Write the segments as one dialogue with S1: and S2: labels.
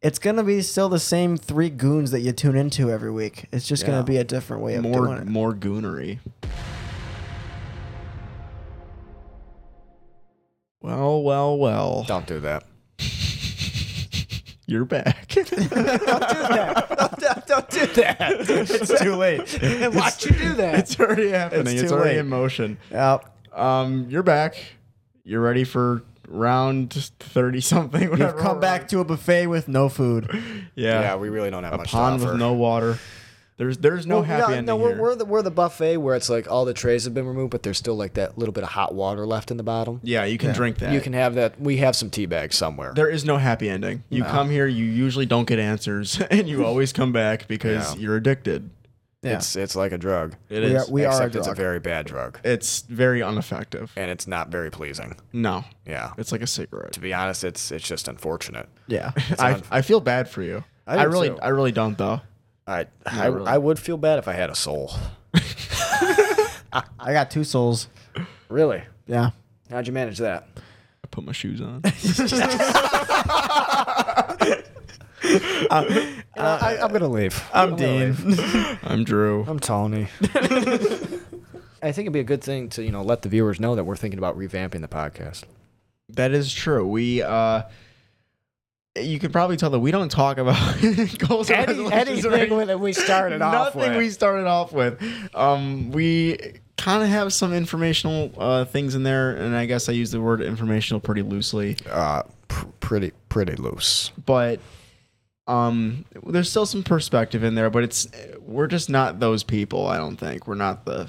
S1: it's gonna be still the same three goons that you tune into every week. It's just
S2: Yeah.
S1: gonna be a different way of doing
S2: More
S1: it.
S2: more goonery. Well, well, well.
S3: Don't do that.
S2: You're back.
S3: Don't do that.
S1: it's too late.
S3: Why'd you do that?
S2: it's already happening. It's,
S1: It's too
S2: already
S1: late.
S2: in motion.
S1: Yep.
S2: Um, you're back. You're ready for round thirty something.
S1: You've come back to a buffet with no food.
S2: Yeah.
S3: yeah, we really don't have
S2: a
S3: much
S2: pond
S3: to
S2: with
S3: offer.
S2: no water. There's there's no
S3: Well,
S2: happy ending
S3: no, we're,
S2: here.
S3: we're the we're the buffet where it's like all the trays have been removed, but there's still like that little bit of hot water left in the bottom.
S2: yeah, you can drink that.
S3: You can have that. We have some tea bags somewhere.
S2: There is no happy ending. You come here, you usually don't get answers, and you always come back because
S3: Yeah.
S2: you're addicted.
S1: Yeah.
S3: It's it's like a drug.
S2: It
S1: we
S2: is.
S1: are, we are a
S3: Except it's a
S1: drug.
S3: very bad drug,
S2: it's very ineffective.
S3: and it's not very pleasing.
S2: No,
S3: Yeah.
S2: it's like a cigarette.
S3: To be honest, it's it's just unfortunate.
S1: yeah.
S2: I, I feel bad for you. I,
S3: do
S2: really
S3: too.
S2: I really don't though.
S3: I I, I would feel bad if I had a soul.
S1: I got two souls.
S3: Really?
S1: Yeah.
S3: How'd you manage that?
S2: I put my shoes on.
S3: I, I'm gonna leave.
S1: I'm Dean.
S2: I'm Drew.
S3: Uh, I'm Tony. I think it'd be a good thing to you know let the viewers know that we're thinking about revamping the podcast.
S2: That is true. We uh you can probably tell that we don't talk about goals and resolutions or
S3: that we started
S2: nothing we started off with. Um, we kind of have some informational uh, things in there, and I guess I use the word informational pretty loosely,
S3: uh, pr- pretty pretty loose.
S2: but um, there's still some perspective in there. But it's we're just not those people. I don't think we're not the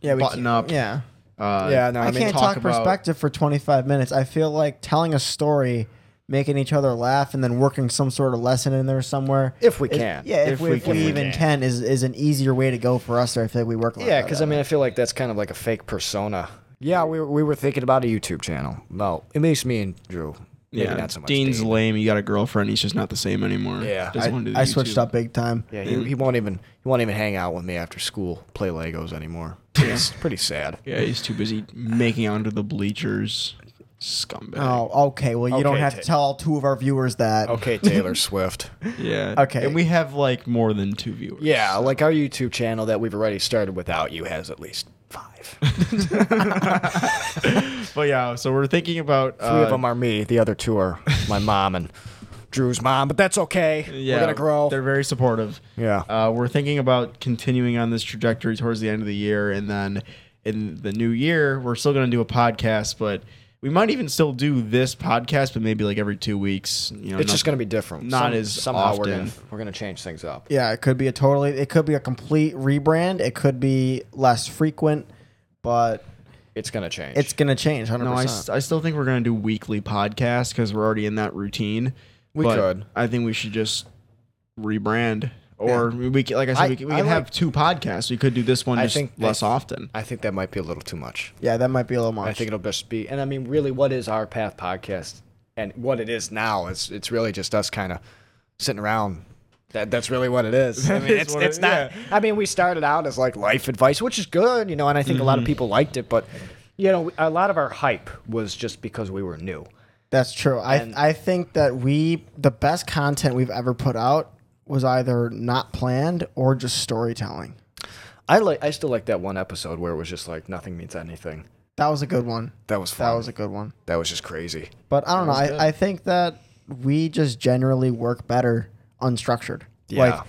S1: Yeah. We
S2: Button
S1: can't-
S2: up.
S1: Yeah.
S2: uh,
S3: Yeah, no,
S1: I,
S3: I, mean,
S1: can't talk,
S2: talk about-
S1: perspective for 25 minutes. I feel like telling a story, making each other laugh, and then working some sort of lesson in there somewhere.
S3: If we
S1: is-
S3: can.
S1: Yeah, if,
S2: If
S1: we,
S2: we
S1: if
S2: can.
S1: we even can, is, is an easier way to go for us. Or I feel like we work a lot
S3: yeah,
S1: better
S3: because I
S1: that
S3: mean,
S1: way.
S3: I feel like that's kind of like a fake persona. Yeah, we we were thinking about a YouTube channel. No, at least me and Drew. Maybe
S2: yeah.
S3: not so much.
S2: Dean's
S3: Dean.
S2: lame. You got a girlfriend. He's just not the same anymore.
S3: Yeah.
S2: Doesn't wanna do the
S1: I, I switched
S2: YouTube.
S1: up big time.
S3: yeah, he, he won't even he won't even hang out with me after school, play Legos anymore. It's pretty sad.
S2: Yeah, he's too busy making out under the bleachers. Scumbag.
S1: Oh, okay. Well, you don't
S3: Okay,
S1: have
S3: Ta-
S1: to tell all two of our viewers that.
S3: Okay, Taylor Swift.
S2: Yeah.
S1: Okay.
S2: And we have like more than two viewers.
S3: Yeah, like our YouTube channel that we've already started without you has at least five. Three
S2: But yeah, so we're thinking about uh,
S3: of them are me. The other two are my mom and Drew's mom. But that's okay.
S2: Yeah,
S3: we're gonna grow.
S2: They're very supportive.
S3: Yeah.
S2: Uh, we're thinking about continuing on this trajectory towards the end of the year, and then in the new year, we're still going to do a podcast, but we might even still do this podcast, but maybe like every two weeks. You know,
S3: It's just
S2: not-
S3: going to be different.
S2: not as
S3: We're
S2: often.
S3: gonna, we're gonna change things up.
S1: Yeah, it could be a totally. It could be a complete rebrand. It could be less frequent, but
S3: It's gonna change.
S1: it's gonna change. Hundred
S2: No, I, s-
S1: percent.
S2: I still think we're going to do weekly podcasts because we're already in that routine. We
S3: could.
S2: I think we should just rebrand. Or we c like I said,
S3: I-
S2: we, c- we
S3: I
S2: can
S3: like-
S2: have two podcasts. We could do this one
S3: I
S2: just
S3: think
S2: less
S3: that-
S2: often.
S3: I think that might be a little too much.
S1: Yeah, that might be a little much.
S3: I think it'll just be. And I mean, really, what is our path podcast? And what it is now is it's really just us kind of sitting around. That, that's really what it is. I mean,
S2: is
S3: it's,
S2: what
S3: it's
S2: it-
S3: not.
S2: yeah.
S3: I mean, we started out as like life advice, which is good, you know, and I think a
S2: Mm-hmm.
S3: lot of people liked it. But you know, a lot of our hype was just because we were new.
S1: That's true. I I think that we the best content we've ever put out was either not planned or just storytelling.
S3: I like. I still like that one episode where it was just like nothing means anything.
S1: That was a good one.
S3: That was fun.
S1: That was a good one.
S3: that was just crazy.
S1: But I don't know. I, I think that we just generally work better unstructured.
S3: Yeah.
S1: Like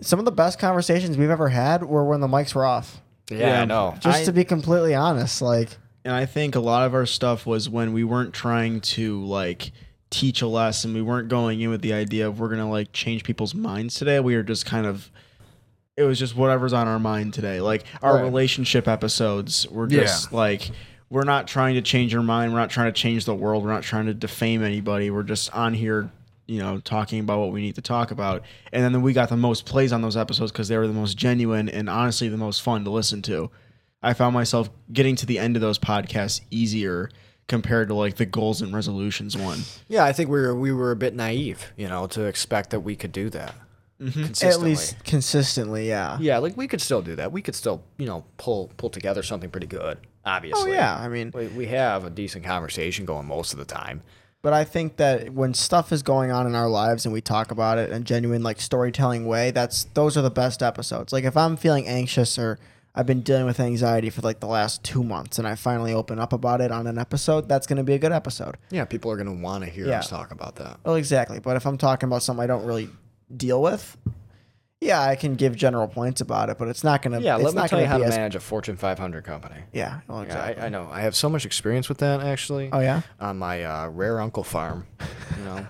S1: some of the best conversations we've ever had were when the mics were off.
S3: Yeah, I know.
S1: Just
S2: I-
S1: to be completely honest, like
S2: and I think a lot of our stuff was when we weren't trying to like teach a lesson. We weren't going in with the idea of we're gonna like change people's minds today. We were just kind of it was just whatever's on our mind today. Like our
S1: Right.
S2: relationship episodes were just like we're not trying to change your mind. We're not trying to change the world. We're not trying to defame anybody. We're just on here, you know, talking about what we need to talk about. And then we got the most plays on those episodes because they were the most genuine and honestly the most fun to listen to. I found myself getting to the end of those podcasts easier compared to like the goals and resolutions one.
S3: Yeah, I think we were we were a bit naive, you know, to expect that we could do that consistently.
S1: Mm-hmm. at least consistently, yeah.
S3: yeah, like we could still do that. We could still, you know, pull pull together something pretty good. Obviously,
S1: Oh yeah. I mean
S3: we, we have a decent conversation going most of the time.
S1: But I think that when stuff is going on in our lives and we talk about it in a genuine like storytelling way, that's those are the best episodes. Like if I'm feeling anxious or I've been dealing with anxiety for like the last two months and I finally open up about it on an episode, that's gonna be a good episode.
S3: Yeah, people are going to want to hear
S1: Yeah.
S3: us talk about that.
S1: Well exactly. But if I'm talking about something I don't really deal with, yeah, I can give general points about it, but it's not gonna
S3: Yeah,
S1: it's
S3: let me
S1: not
S3: tell you
S1: gonna
S3: how
S1: be
S3: to
S1: as-
S3: manage a Fortune 500 company.
S1: Yeah, well,
S3: Yeah,
S1: exactly.
S3: I, I know. I have so much experience with that actually.
S1: Oh, yeah?
S3: On my uh, rare uncle farm, you know,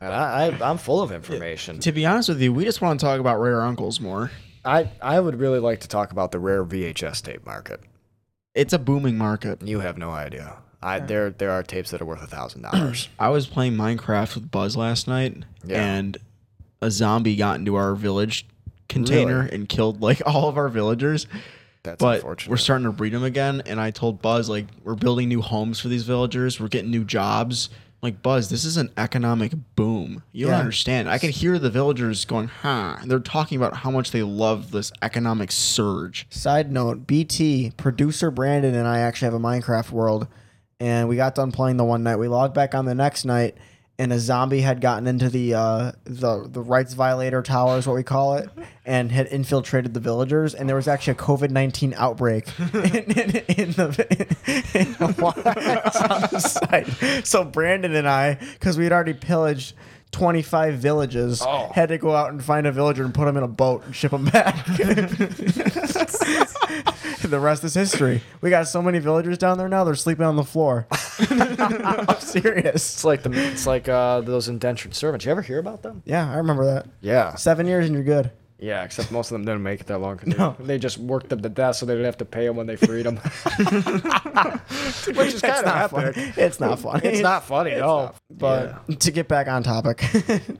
S3: and I, I I'm full of information.
S2: To be honest with you, we just want to talk about rare uncles more.
S3: I I would really like to talk about the rare VHS tape market.
S2: It's a booming market.
S3: You have no idea. I there there are tapes that are worth a thousand dollars.
S2: I was playing Minecraft with Buzz last night,
S3: Yeah.
S2: and a zombie got into our village container and killed like all of our villagers.
S3: That's
S2: but
S3: unfortunate.
S2: we're starting to breed them again. And I told Buzz like we're building new homes for these villagers. We're getting new jobs. I'm like Buzz, this is an economic boom. You don't
S1: Yeah.
S2: understand. I could hear the villagers going, "Huh?" They're talking about how much they love this economic surge.
S1: Side note, BT, producer Brandon and I actually have a Minecraft world and we got done playing the one night. We logged back on the next night and a zombie had gotten into the uh, the the rights violator tower is what we call it and had infiltrated the villagers and there was actually a COVID-19 outbreak in, in, in the in the wild on the site. So Brandon and I cuz we had already pillaged 25 villages
S3: Oh.
S1: had to go out and find a villager and put him in a boat and ship him back. the rest is history. We got so many villagers down there now; they're sleeping on the floor. I'm serious.
S3: it's like the it's like uh, those indentured servants. You ever hear about them?
S1: Yeah, I remember that.
S3: Yeah,
S1: Seven years and you're good.
S3: yeah. Except most of them didn't make it that long. No. They, they just worked them to death, so they didn't have to pay them when they freed them. Which is
S1: It's
S3: kind of
S1: not
S3: epic.
S1: funny. It's not funny.
S3: It's not funny, no.
S1: But to get back on topic,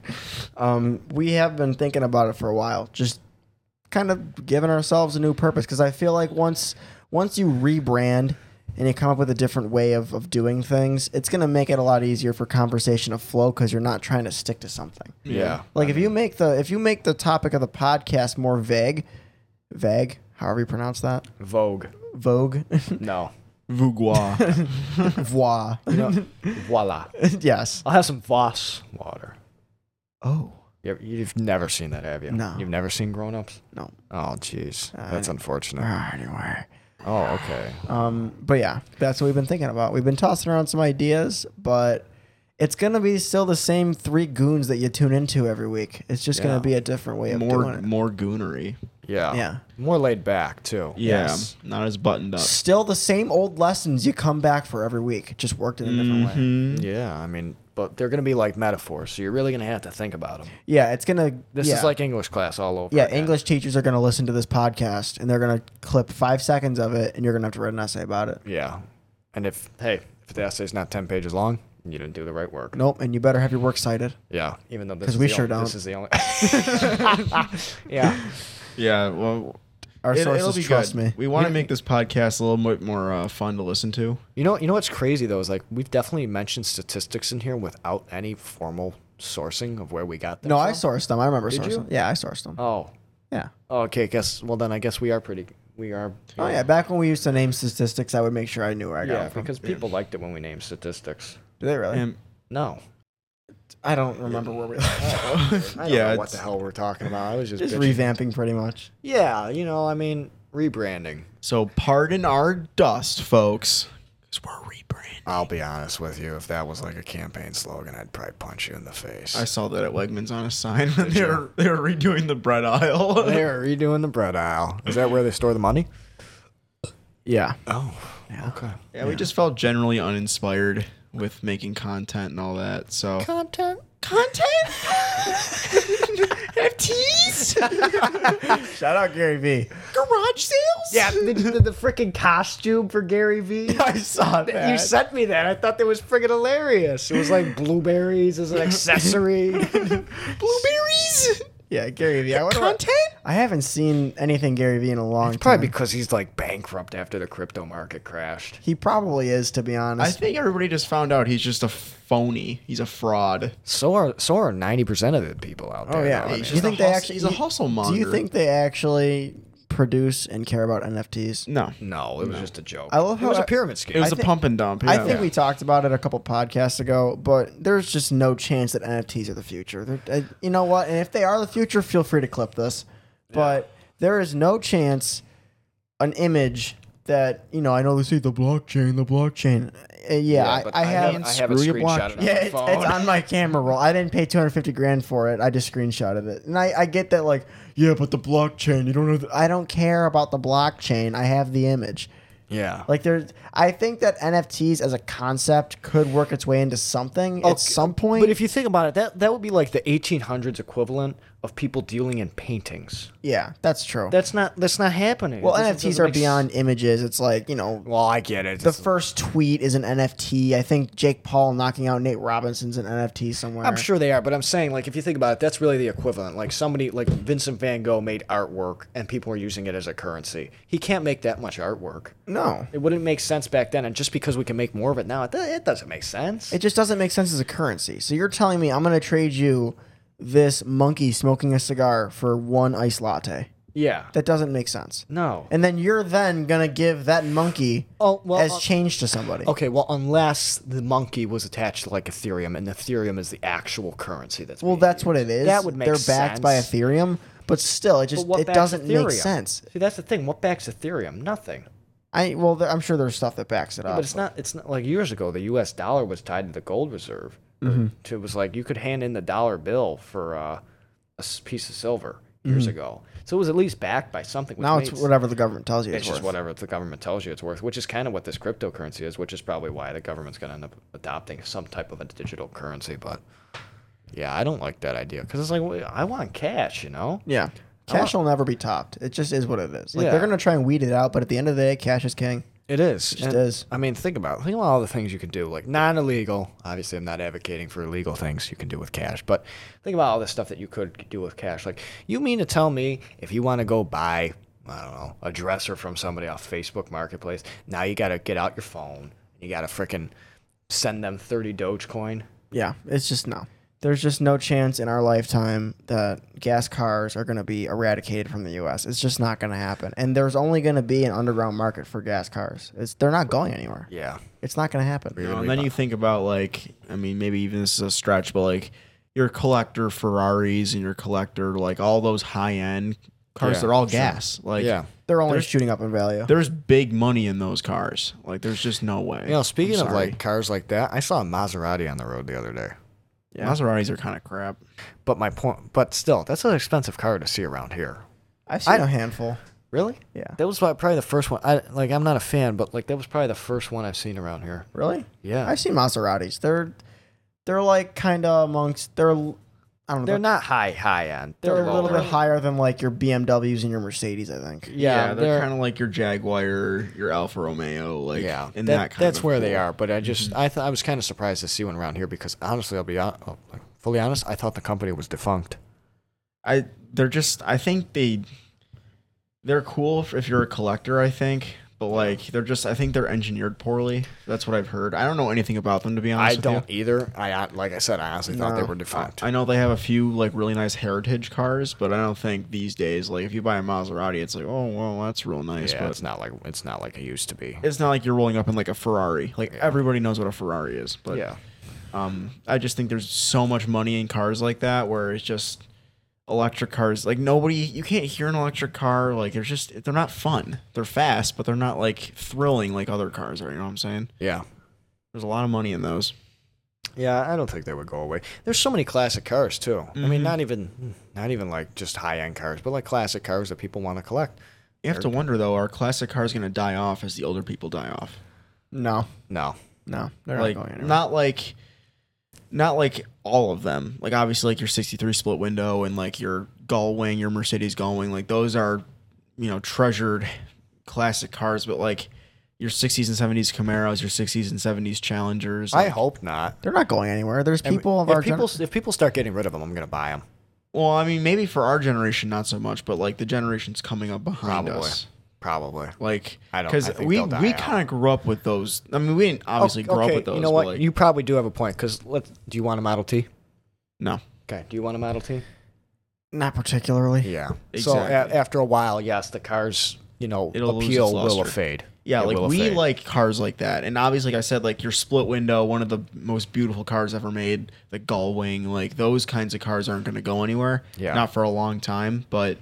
S1: um, we have been thinking about it for a while, just kind of giving ourselves a new purpose. Because I feel like once once you rebrand and you come up with a different way of, of doing things, it's going to make it a lot easier for conversation to flow because you're not trying to stick to something.
S3: yeah.
S1: Like if you make the if you make the topic of the podcast more vague, vague, however you pronounce that,
S3: Vogue.
S1: vogue,
S3: No.
S2: Vugua.
S1: voix.
S3: Voila.
S1: yes.
S3: I'll have some Voss water.
S1: Oh
S3: You ever- You've never seen that, have you?
S1: No.
S3: You've never seen Grown Ups?
S1: no.
S3: Oh, jeez. That's unfortunate.
S1: Ah, Anyway.
S3: Oh, okay.
S1: Um, but yeah, that's what we've been thinking about. We've been tossing around some ideas, but it's gonna be still the same three goons that you tune into every week. It's just
S3: Yeah.
S1: gonna be a different way of
S2: more
S1: doing it.
S2: more goonery.
S3: Yeah.
S1: Yeah.
S3: More laid back, too.
S2: Yeah, not as buttoned up.
S1: Still the same old lessons you come back for every week, just worked in a different way.
S3: Mm-hmm. Yeah. I mean, but they're going to be like metaphors, so you're really going to have to think about them.
S1: Yeah, it's gonna.
S3: This
S1: yeah.
S3: is like English class all over.
S1: Yeah,
S3: again.
S1: English teachers are gonna listen to this podcast and they're gonna clip five seconds of it, and you're gonna have to write an essay about it.
S3: Yeah. And if, hey, if the essay's not 10 pages long, you didn't do the right work.
S1: Nope, and you better have your work cited.
S3: Yeah. Even though this
S1: 'Cause
S3: is
S1: we
S3: the
S1: sure
S3: only,
S1: don't.
S3: This is the only. yeah.
S2: Yeah, well,
S1: Our
S2: it-
S1: sources trust me.
S2: We want to make this podcast a little bit more uh, fun to listen to.
S3: You know, you know what's crazy though is like we've definitely mentioned statistics in here without any formal sourcing of where we got them.
S1: No, I
S3: from.
S1: sourced them. I remember sourcing.
S3: you?
S1: Them. Yeah, I sourced them.
S3: Oh,
S1: yeah.
S3: okay. Guess well then I guess we are pretty. We are.
S1: Oh yeah, back when we used to name statistics, I would make sure I knew where I got
S3: yeah.
S1: it from.
S3: Because people liked it when we named statistics.
S1: Do they really?
S2: And
S3: No.
S1: I don't remember where we.
S3: I
S2: Yeah,
S3: what
S2: it's-
S3: the hell we're talking about. I was just.
S1: just
S3: bitching.
S1: revamping pretty much.
S3: yeah, you know, I mean, rebranding.
S2: so, pardon our dust, folks, because we're rebranding.
S3: I'll be honest with you. If that was like a campaign slogan, I'd probably punch you in the face.
S2: I saw that at Wegmans on a sign. they were they were redoing the bread aisle.
S3: they are redoing the bread aisle. Is that where they store the money?
S1: Yeah.
S3: Oh. Okay.
S2: yeah, we just felt generally uninspired with making content and all that. So
S3: Content.
S2: content. FTs,
S1: Shout out Oh, Gary V.
S2: garage sales.
S3: Yeah, the, the, the freaking costume for Gary Vee.
S1: I saw that.
S3: You sent me that. I thought that was friggin' hilarious. It was like blueberries as an accessory.
S2: blueberries.
S1: yeah, Gary V. I wonder what- I haven't seen anything Gary V in a long time.
S3: Probably because he's like bankrupt after the crypto market crashed.
S1: he probably is, to be
S2: I
S1: honest.
S2: think everybody just found out he's just a phony. He's a fraud.
S3: So are so are ninety percent of the people out there.
S1: oh yeah.
S3: though. I mean,
S2: He's
S1: you
S2: just
S1: think
S2: a
S1: they
S2: hus-
S1: actually?
S2: he's a
S1: you-
S2: hustle
S1: Do
S2: monger.
S1: you think they actually produce and care about NFTs.
S2: No.
S3: No, it was just a joke.
S1: I love
S3: it was
S1: how
S3: a
S1: I-
S3: pyramid scheme.
S2: It was
S1: I
S2: a
S1: thi-
S2: pump and dump.
S1: I
S2: yeah.
S1: think we talked about it a couple podcasts ago, but there's just no chance that NFTs are the future. They're, uh, you know what? And if they are the future, feel free to clip this. But there is no chance an image that you know. I know they say the blockchain, the blockchain. Uh, yeah,
S3: Yeah,
S1: I,
S3: but
S1: I have.
S3: I have a
S2: screw your
S3: screenshot
S2: blockchain.
S3: of it on
S1: yeah,
S3: my
S1: it's,
S3: phone.
S1: it's on my camera roll. I didn't pay 250 grand for it. I just screenshotted it, and I, I get that like, yeah, but the blockchain. You don't know. The, I don't care about the blockchain. I have the image.
S3: yeah.
S1: Like there's, I think that NFTs as a concept could work its way into something at some point.
S3: But if you think about it, that that would be like the 1800s equivalent of people dealing in paintings.
S1: yeah, that's true.
S3: That's not that's not happening.
S1: well,
S3: It doesn't-
S1: NFTs
S3: doesn't
S1: are
S3: make s-
S1: beyond images. It's like you know,
S3: Well, I get it.
S1: the first tweet is an NFT. I think Jake Paul knocking out Nate Robinson's an NFT somewhere.
S3: I'm sure they are, but I'm saying like if you think about it, that's really the equivalent. Like somebody like Vincent Van Gogh made artwork and people are using it as a currency. He can't make that much artwork.
S1: No,
S3: It wouldn't make sense back then, and just because we can make more of it now, it, do- it doesn't make sense.
S1: it just doesn't make sense as a currency. So you're telling me I'm gonna trade you this monkey smoking a cigar for one iced latte?
S3: yeah.
S1: That doesn't make sense.
S3: no.
S1: And then you're then gonna give that monkey
S3: Oh, well,
S1: as
S3: uh,
S1: change to somebody.
S3: Okay, well, unless the monkey was attached to like Ethereum, and Ethereum is the actual currency that's
S1: Well,
S3: being
S1: that's what
S3: used.
S1: it is.
S3: That would make
S1: They're
S3: sense.
S1: backed by Ethereum, but still, it
S3: But
S1: just
S3: what
S1: it
S3: backs
S1: doesn't make
S3: Ethereum?
S1: sense.
S3: See, that's the thing. What backs Ethereum? Nothing.
S1: I well, there, I'm sure there's stuff that backs it up.
S3: But it's not. It's not like years ago. The U.S. dollar was tied to the gold reserve.
S1: Mm-hmm.
S3: To- It was like you could hand in the dollar bill for uh, a s- piece of silver years ago. So it was at least backed by something. Which
S1: Mm-hmm. now it's
S3: made s-
S1: whatever the government tells you. It's,
S3: It's just
S1: worth.
S3: whatever the government tells you it's worth, which is kind of what this cryptocurrency is, which is probably why the government's going to end up adopting some type of a digital currency. But yeah, I don't like that idea because it's like well, I want cash, you know.
S1: Yeah, cash will never be topped. It just is what it is. Like
S3: Oh. Yeah.
S1: they're gonna try and weed it out, but at the end of the day, cash is king.
S3: It is. It
S1: is.
S3: I mean, think about think about all the things you can do, like not illegal. Obviously, I'm not advocating for illegal things you can do with cash, but think about all the stuff that you could do with cash. Like, you mean to tell me if you want to go buy, I don't know, a dresser from somebody off Facebook Marketplace, now you got to get out your phone, you got to frickin' send them 30 Dogecoin.
S1: Yeah, it's just no. There's just no chance in our lifetime that gas cars are going to be eradicated from the U.S. It's just not going to happen. And there's only going to be an underground market for gas cars. It's they're not going anywhere.
S3: Yeah.
S1: It's not going to happen.
S2: You know, and then you think about like, I mean, maybe even this is a stretch, but like your collector Ferraris and your collector like all those high end cars,
S3: Yeah,
S2: they're all gas. Like,
S3: Yeah.
S1: They're only
S2: There's-
S1: shooting up in value.
S2: there's big money in those cars. Like, there's just no way.
S3: You know, speaking
S2: I'm
S3: of
S2: sorry.
S3: like cars like that, I saw a Maserati on the road the other day.
S2: Maseratis are kind of crap.
S3: But my point, but still, that's an expensive car to see around here.
S1: I've seen a handful.
S3: Really?
S1: Yeah.
S3: That was probably the first one. I like. I'm not a fan, but like that was probably the first one I've seen around here.
S1: Really?
S3: Yeah.
S1: I've seen Maseratis. They're they're like kind of amongst they're I don't know.
S3: They're not high high end. They're,
S1: they're a little
S3: lower.
S1: bit higher than like your BMWs and your Mercedes, I think.
S3: Yeah,
S2: they're, kind of like your Jaguar, your Alfa Romeo, like
S3: yeah.
S2: in
S3: that-
S2: that, kind
S3: that's
S2: of Mm-hmm.
S3: where they are. But I just I th- I was kind of surprised to see one around here because honestly, I'll be hon- oh, like, fully honest. I thought the company was defunct.
S2: I they're just I think they they're cool if, if you're a collector, I think. But like they're just I think they're engineered poorly. That's what I've heard. I don't know anything about them to be honest.
S3: I
S2: with
S3: don't
S2: you.
S3: either. I hon- like I said, I honestly thought they
S1: No.
S3: were defunct.
S2: I know they have a few like really nice heritage cars, but I don't think these days like if you buy a Maserati, it's like oh well that's real nice,
S3: yeah,
S2: but
S3: it's not like it's not like it used to be.
S2: it's not like you're rolling up in like a Ferrari. Like everybody knows what a Ferrari is, but
S3: yeah.
S2: Um, I just think there's so much money in cars like that where it's just electric cars. Like nobody, you can't hear an electric car. Like they're just they're not fun. They're fast, but they're not like thrilling like other cars are. You know what I'm saying?
S3: Yeah.
S2: There's a lot of money in those.
S3: Yeah, I don't think they would go away. There's so many classic cars too. I
S2: Mm-hmm.
S3: mean, not even not even like just high end cars, but like classic cars that people want to collect.
S2: You have to wonder though, are classic cars gonna die off as the older people die off?
S1: No.
S3: No.
S1: No. They're
S2: like
S1: not going anywhere.
S2: not like not like all of them like obviously like your 63 split window and like your gullwing your mercedes gullwing like those are you know treasured classic cars but like your 60s and 70s camaros your 60s and 70s challengers
S3: I
S2: like-
S3: hope not.
S1: they're not going anywhere. There's people of
S3: if
S1: our gen-
S3: people if people start getting rid of them, I'm gonna buy them.
S2: well i mean maybe for our generation not so much but like the generations coming up behind
S3: Probably.
S2: us
S3: Probably.
S2: like
S3: I don't- I
S2: because
S3: think
S2: we
S3: they'll die
S2: we
S3: out. Oh,
S2: kind of grew up with those i mean we didn't obviously grow up with those
S3: you know
S2: but,
S3: what?
S2: like,
S3: you probably do have a point. Cause let do you want a Model T?
S2: no
S3: Okay. Do you want a Model T?
S1: Not particularly.
S3: Yeah. So
S2: Exactly.
S3: a- after a while, yes, the car's you know
S2: It'll lose
S3: appeal
S2: its
S3: will
S2: luster.
S3: fade.
S2: Yeah,
S3: It
S2: like
S3: will
S2: we
S3: fade.
S2: like cars like that, and obviously, like I said, like your split window, one of the most beautiful cars ever made, the Gullwing, like those kinds of cars aren't going to go anywhere.
S3: Yeah.
S2: not for a long time. But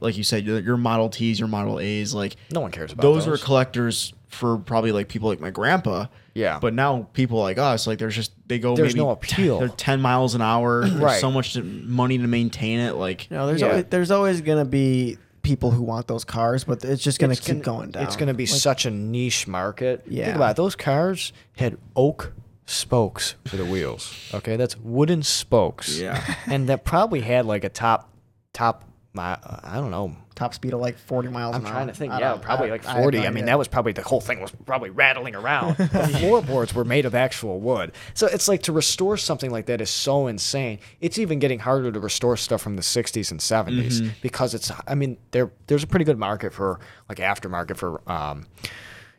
S2: like you said, your, your Model Ts, your Model As, like
S3: no one cares about
S2: those,
S3: those.
S2: were collectors for probably like people like my grandpa.
S3: Yeah.
S2: but now people like us, like there's just they go
S3: There's
S2: maybe
S3: no appeal.
S2: They're ten miles an hour. There's
S3: Right.
S2: so much to- money to maintain it. Like
S1: You know, there's
S3: Yeah.
S1: always, there's always gonna be people who want those cars, but it's just gonna
S3: It's
S1: keep
S3: gonna-
S1: going down.
S3: It's going to be such a niche market.
S1: Yeah.
S3: Think about it. Those cars had oak spokes for the wheels. Okay, that's wooden spokes.
S2: Yeah.
S3: and that probably had like a top top. mi- I don't know.
S1: top speed of like 40 miles.
S3: I'm
S1: an
S3: trying
S1: hour.
S3: to think.
S1: I
S3: Yeah,
S1: don't-
S3: probably
S1: I-
S3: like
S1: I have
S3: 40.
S1: no
S3: I, mean,
S1: idea.
S3: that was probably the whole thing was probably rattling around. The floorboards were made of actual wood. So it's like to restore something like that is so insane. It's even getting harder to restore stuff from the 60s and 70s
S1: Mm-hmm.
S3: because it's, I mean, there there's a pretty good market for like aftermarket for, um,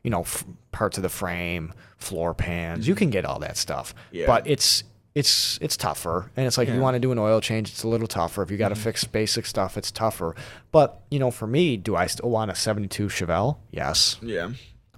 S3: you know, f- parts of the frame, floor pans.
S1: Mm-hmm.
S3: You can get all that stuff.
S2: Yeah.
S3: But it's, it's it's tougher and it's like you want to do an oil change it's a little tougher if you got to fix basic stuff it's tougher but you know for me do i still want a 72 chevelle yes
S2: yeah.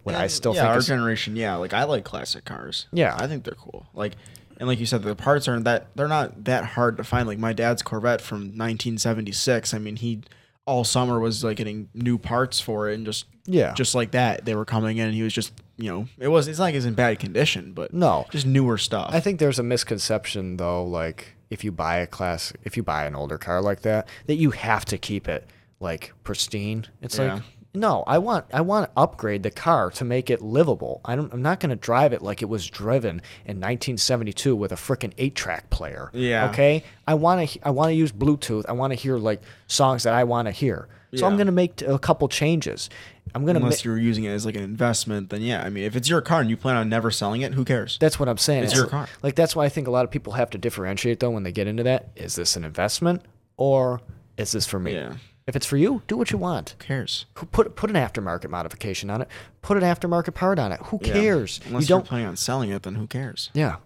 S3: What
S2: And,
S3: I still
S2: yeah,
S3: think
S2: our
S3: is-
S2: generation. Yeah, like I like classic cars.
S3: Yeah.
S2: I think they're cool. Like, and like you said, the parts aren't that they're not that hard to find. Like my dad's Corvette from 1976. I mean, he all summer was like getting new parts for it, and just
S3: Yeah.
S2: just like that, they were coming in. and He was just you know, it was it's not like it's in bad condition, but
S3: No.
S2: just newer stuff.
S3: i think there's a misconception though like if you buy a class if you buy an older car like that that you have to keep it like pristine it's
S2: Yeah.
S3: like no i want i want to upgrade the car to make it livable I don't, i'm not going to drive it like it was driven in 1972 with a freaking eight track player
S2: Yeah.
S3: okay okay i want to i want to use bluetooth i want to hear like songs that i want to hear so i'm
S2: Yeah.
S3: going to make t- a couple changes i'm going to
S2: Unless you're using it as like an investment, then yeah. I mean, if it's your car and you plan on never selling it, who cares?
S3: that's what i'm saying
S2: It's your car.
S3: like that's why i think a lot of people have to differentiate though when they get into that is this an investment or is this for me
S2: Yeah.
S3: if it's for you do what you want
S2: who cares?
S3: put put an aftermarket modification on it put an aftermarket part on it who
S2: Yeah.
S3: cares
S2: Unless
S3: you don't
S2: you're planning on selling it, then who cares?
S3: Yeah.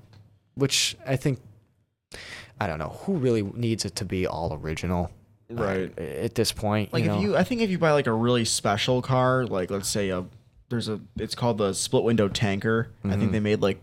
S3: Which I think I don't know who really needs it to be all original.
S2: Right.
S3: uh, At this point,
S2: like
S3: you
S2: if
S3: know.
S2: you i think if you buy like a really special car like let's say a there's a it's called the split window tanker i think they made like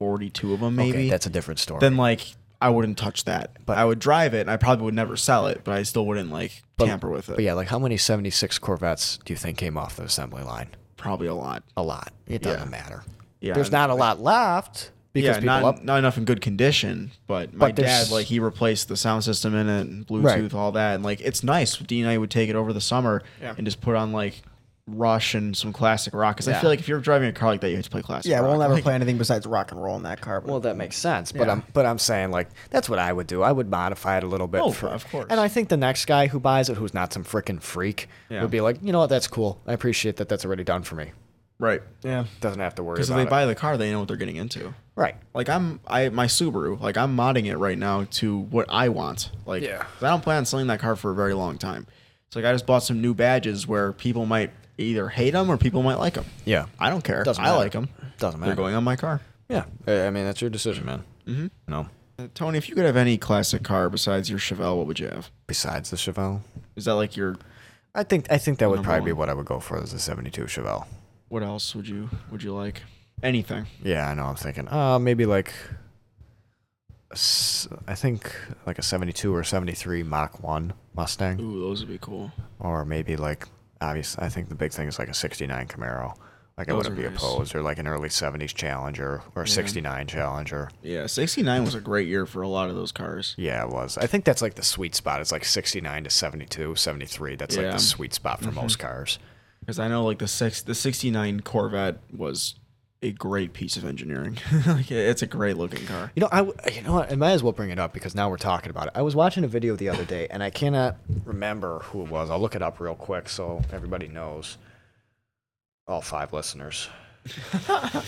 S2: 42 of them
S3: Mm-hmm. Okay,
S2: maybe
S3: that's a different story.
S2: then like i wouldn't touch that but i would drive it and i probably would never sell it but i still wouldn't like tamper with it
S3: but yeah, like how many 76 Corvettes do you think came off the assembly line?
S2: probably a lot
S3: A lot. It doesn't
S2: Yeah.
S3: matter.
S2: Yeah,
S3: There's
S2: and
S3: not a lot left because
S2: yeah
S3: people
S2: not,
S3: up
S2: not enough in good condition but my
S3: But there's-
S2: dad like he replaced the sound system in it and bluetooth
S3: Right.
S2: all that and like it's nice dean and i would take it over the summer
S1: Yeah.
S2: and just put on like rush and some classic rock because i
S3: Yeah.
S2: feel like if you're driving a car like that you have to play classic
S1: Yeah,
S2: rock.
S1: we'll never play anything besides rock and roll in that car. But
S3: Well, that makes sense, but
S1: Yeah.
S3: I'm but I'm saying like that's what I would do. I would modify it a little bit.
S2: Oh, of course.
S3: And I think the next guy who buys it, who's not some freaking freak,
S2: Yeah.
S3: would be like, you know what, that's cool. I appreciate that. That's already done for me.
S2: right
S1: yeah,
S3: Doesn't have to worry
S2: Because if
S3: about
S2: they
S3: it.
S2: buy the car, they know what they're getting into.
S3: right.
S2: Like I'm, I my Subaru, like I'm modding it right now to what I want. Like,
S3: Yeah.
S2: 'cause I don't plan on selling that car for a very long time. So like I just bought some new badges where people might either hate them or people might like them.
S3: Yeah.
S2: I don't care.
S3: Doesn't
S2: I
S3: matter.
S2: like them.
S3: Doesn't matter.
S2: They're going on my car.
S3: Yeah, I I mean that's your decision, man. Mm-hmm. No,
S2: Uh, Tony, if you could have any classic car besides your Chevelle, what would you have?
S3: besides the Chevelle,
S2: Is that like your?
S3: I think I think that would
S2: Number
S3: probably be
S2: one.
S3: what I would go for is a '72 Chevelle.
S2: What else would you would you like? Anything?
S3: Yeah, I know. I'm thinking, uh, maybe like, a s- I think like a '72 or '73 Mach One Mustang,
S2: Ooh, those would be cool.
S3: or maybe like obvious. I think the big thing is like a '69 Camaro. Like I
S2: Those
S3: wouldn't
S2: are
S3: be
S2: nice.
S3: opposed, or like an early '70s Challenger or a '69 Challenger.
S2: Yeah, '69 was a great year for a lot of those cars.
S3: Yeah, it was. I think that's like the sweet spot. It's like 69 to 72, 73. That's like
S2: Yeah. Mm-hmm.
S3: the sweet spot for most cars.
S2: Because I know like the six, the '69 Corvette was a great piece of engineering. like it's a great looking car.
S3: You know, I w- you know what? I might as well bring it up because now we're talking about it. I was watching a video the other day, and I cannot remember who it was. I'll look it up real quick so everybody knows. All five listeners. Uh,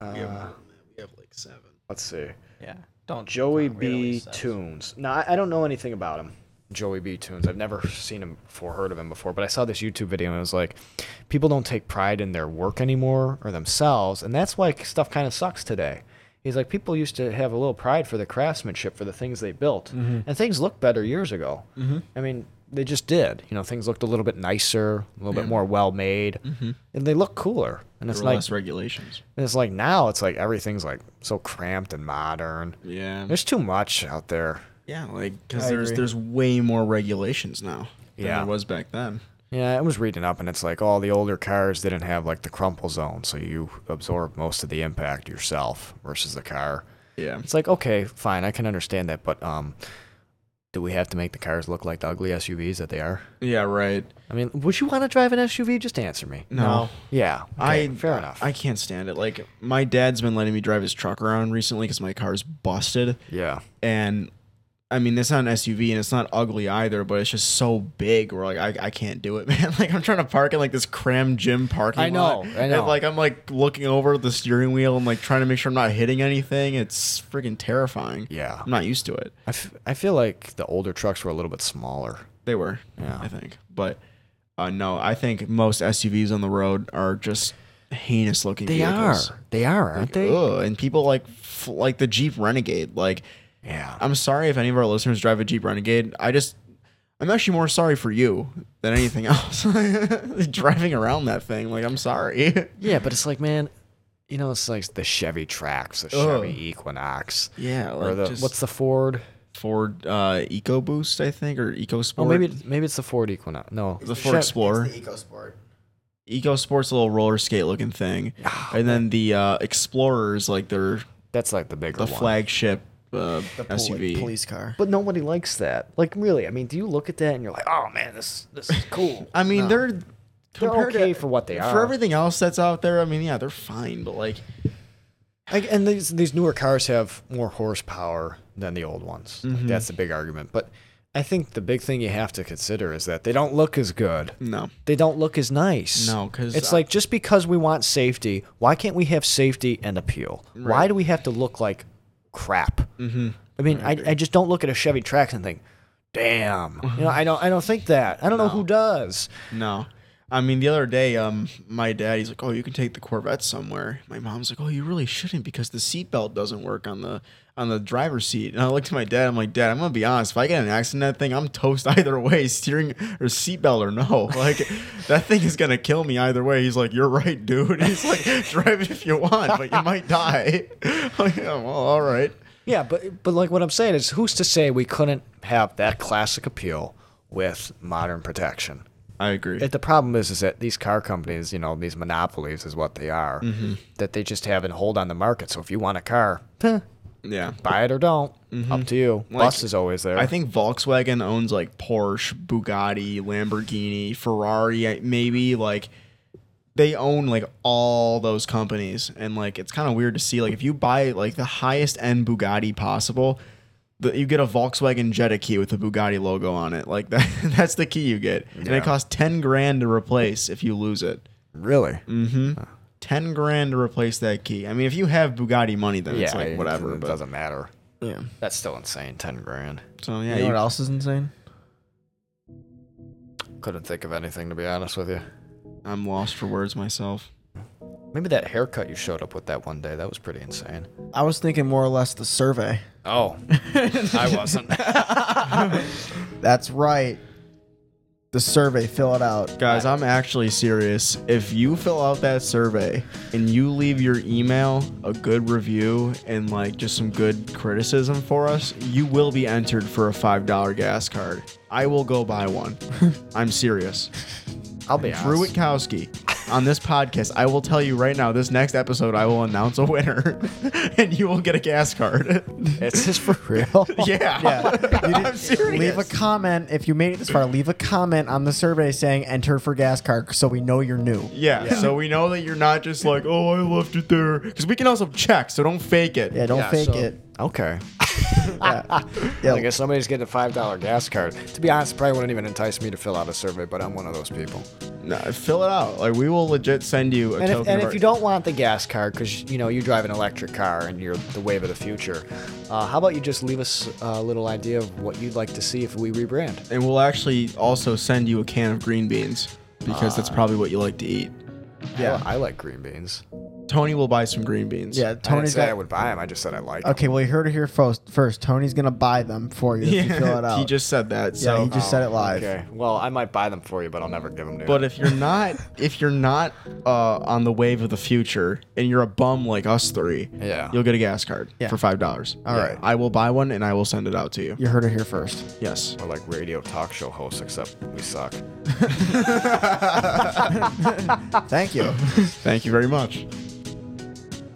S2: We have like seven.
S3: let's see.
S1: yeah. Don't
S3: Joey
S1: don't really
S3: B.
S1: suck.
S3: Tunes. No, I, I don't know anything about him. Joey B. Tunes. I've never seen him before, heard of him before, but I saw this YouTube video and it was like, people don't take pride in their work anymore or themselves, and that's why stuff kind of sucks today. He's like, people used to have a little pride for the craftsmanship for the things they built, and things looked better years ago. I mean, they just did. You know, things looked a little bit nicer, a little bit more well made, and they look cooler. And it's
S2: There were
S3: like,
S2: less regulations.
S3: and it's like now it's like everything's like so cramped and modern.
S2: Yeah.
S3: There's too much out there.
S2: Yeah, like because
S1: I
S2: there's
S1: agree.
S2: there's way more regulations now than
S3: Yeah.
S2: there was back then.
S3: Yeah, I was reading up, and it's like all the older cars didn't have like the crumple zone, so you absorb most of the impact yourself versus the car.
S2: Yeah,
S3: It's like okay, fine, I can understand that, but um, do we have to make the cars look like the ugly SUVs that they are?
S2: yeah, right.
S3: I mean, would you want to drive an SUV? Just answer me.
S2: No,
S3: Yeah,
S2: I
S3: okay, fair enough.
S2: I can't stand it. Like my dad's been letting me drive his truck around recently because my car's busted,
S3: yeah,
S2: and I mean it's not an SUV and it's not ugly either, but it's just so big. Where like I, I can't do it, man. Like I'm trying to park in like this cram gym parking.
S3: I know,
S2: lot,
S3: I know.
S2: And, like I'm like looking over the steering wheel and like trying to make sure I'm not hitting anything. It's freaking terrifying.
S3: Yeah.
S2: I'm not used to it.
S3: I, f- I feel like the older trucks were a little bit smaller.
S2: They were,
S3: Yeah.
S2: I think. But uh, no, I think most SUVs on the road are just heinous looking.
S3: They
S2: vehicles.
S3: are, they are, aren't they?
S2: Ugh, and people like f- like the Jeep Renegade. Like,
S3: Yeah,
S2: I'm sorry if any of our listeners drive a Jeep Renegade. I just, I'm actually more sorry for you than anything else. Driving around that thing, like, I'm sorry.
S3: yeah, but it's like man, you know, it's like the Chevy Trax, the Chevy Equinox.
S2: Yeah,
S3: or
S2: like
S3: the
S2: just
S3: what's the Ford?
S2: Ford uh, EcoBoost, I think, or EcoSport.
S3: Oh, maybe maybe it's the Ford Equinox. No,
S2: the Ford
S3: Chev-
S2: Explorer.
S1: It's the EcoSport.
S2: EcoSport's a little roller skate looking thing, and then the uh, Explorers, like their
S3: That's like the bigger
S2: the
S3: one.
S2: flagship uh,
S1: The poli-
S2: SUV.
S1: police car.
S3: But nobody likes that. Like really, I mean, do you look at that and you're like, oh man, this this is cool.
S2: I mean, they're
S3: They're
S2: compared
S3: okay for what they
S2: For
S3: are.
S2: everything else that's out there, I mean, yeah, they're fine, but like,
S3: I, and these these newer cars have more horsepower than the old ones. Like, that's the big argument. But I think the big thing you have to consider is that they don't look as good.
S2: no,
S3: They don't look as nice.
S2: No, 'cause
S3: it's
S2: I-
S3: like just because we want safety, why can't we have safety and appeal? Why do we have to look like crap? Mm-hmm. I mean, I, I just don't look at a Chevy Trax and think, damn. You know, I don't I don't think that. I don't know who does.
S2: no. I mean, the other day, um, my dad, he's like, "Oh, you can take the Corvette somewhere." My mom's like, "Oh, you really shouldn't because the seatbelt doesn't work on the on the driver's seat." And I looked at my dad. I'm like, "Dad, I'm gonna be honest. If I get in an accident, in that thing, I'm toast either way, steering or seatbelt or no. Like, that thing is gonna kill me either way." He's like, "You're right, dude." He's like, "Drive it if you want, but you might die." like, oh, well, all right.
S3: Yeah, but but like what I'm saying is, who's to say we couldn't have that classic appeal with modern protection?
S2: I agree.
S3: It, the problem is, is that these car companies, you know, these monopolies is what they are,
S2: Mm-hmm.
S3: that they just have a hold on the market. So if you want a car, huh,
S2: yeah.
S3: buy it or don't. Up to you. Bus is always there.
S2: I think Volkswagen owns like Porsche, Bugatti, Lamborghini, Ferrari, I- maybe like they own like all those companies and like it's kind of weird to see like if you buy like the highest end Bugatti possible that you get a Volkswagen Jetta key with the Bugatti logo on it like that that's the key you get and
S3: Yeah.
S2: it costs 10 grand to replace if you lose it
S3: really.
S2: 10 grand to replace that key I mean if you have Bugatti money then it's like
S3: it-
S2: whatever
S3: It
S2: but
S3: doesn't matter.
S1: Yeah.
S3: That's still insane. Ten grand.
S2: so yeah
S1: You know
S2: you-
S1: what else is insane?
S3: Couldn't think of anything to be honest with you.
S2: I'm lost for words myself
S3: Maybe that haircut you showed up with that one day. That was pretty insane.
S1: I was thinking more or less the survey.
S3: Oh, I wasn't.
S1: That's right. The survey, fill it out.
S2: Guys, I'm actually serious. If you fill out that survey and you leave your email, a good review, and like just some good criticism for us, you will be entered for a $5 gas card. I will go buy one. I'm serious.
S3: I'll be honest.
S2: Drew Witkowski, on this podcast, I will tell you right now, this next episode, I will announce a winner and you will get a gas card.
S3: It's just for real.
S2: yeah.
S1: You did-
S2: I'm serious.
S1: Leave a comment if you made it this far. Leave a comment on the survey saying "enter for gas card" so we know you're new.
S2: Yeah, so we know that you're not just like, oh, I left it there. Because we can also check, so don't fake it.
S1: Yeah, don't
S3: Yeah,
S1: fake
S3: so-
S1: it.
S3: Okay.
S1: Yeah,
S3: Like if somebody's getting a five dollar gas card, to be honest, it probably wouldn't even entice me to fill out a survey. But I'm one of those people.
S2: No, fill it out. Like, we will legit send you a
S3: And
S2: token.
S3: if, and
S2: of
S3: if
S2: our-
S3: you don't want the gas card because you know you drive an electric car and you're the wave of the future, uh, how about you just leave us a little idea of what you'd like to see if we rebrand?
S2: and we'll actually also send you a
S1: Ah.
S2: can of green beans because that's probably what you like to eat.
S3: Yeah, I, like green beans.
S2: Tony will buy some green beans.
S1: Yeah,
S3: I didn't
S1: Tony's
S3: say I
S1: got.
S3: would buy them. I just said I like. them.
S1: Okay, well you heard it here first. First, Tony's gonna buy them for you if you fill it out.
S2: he just said that.
S1: yeah,
S2: So,
S1: he just said it live.
S3: Okay. Well, I might buy them for you, but I'll never give them to you.
S2: but if you're not, if you're not uh, on the wave of the future, and you're a bum like us three,
S3: Yeah.
S2: you'll get a gas card
S1: Yeah.
S2: for five dollars. All
S1: right.
S2: I will buy one and I will send it out to you.
S1: You heard it here first.
S2: Yes.
S3: We're like radio talk show hosts, except we suck.
S1: Thank you.
S2: Thank you very much.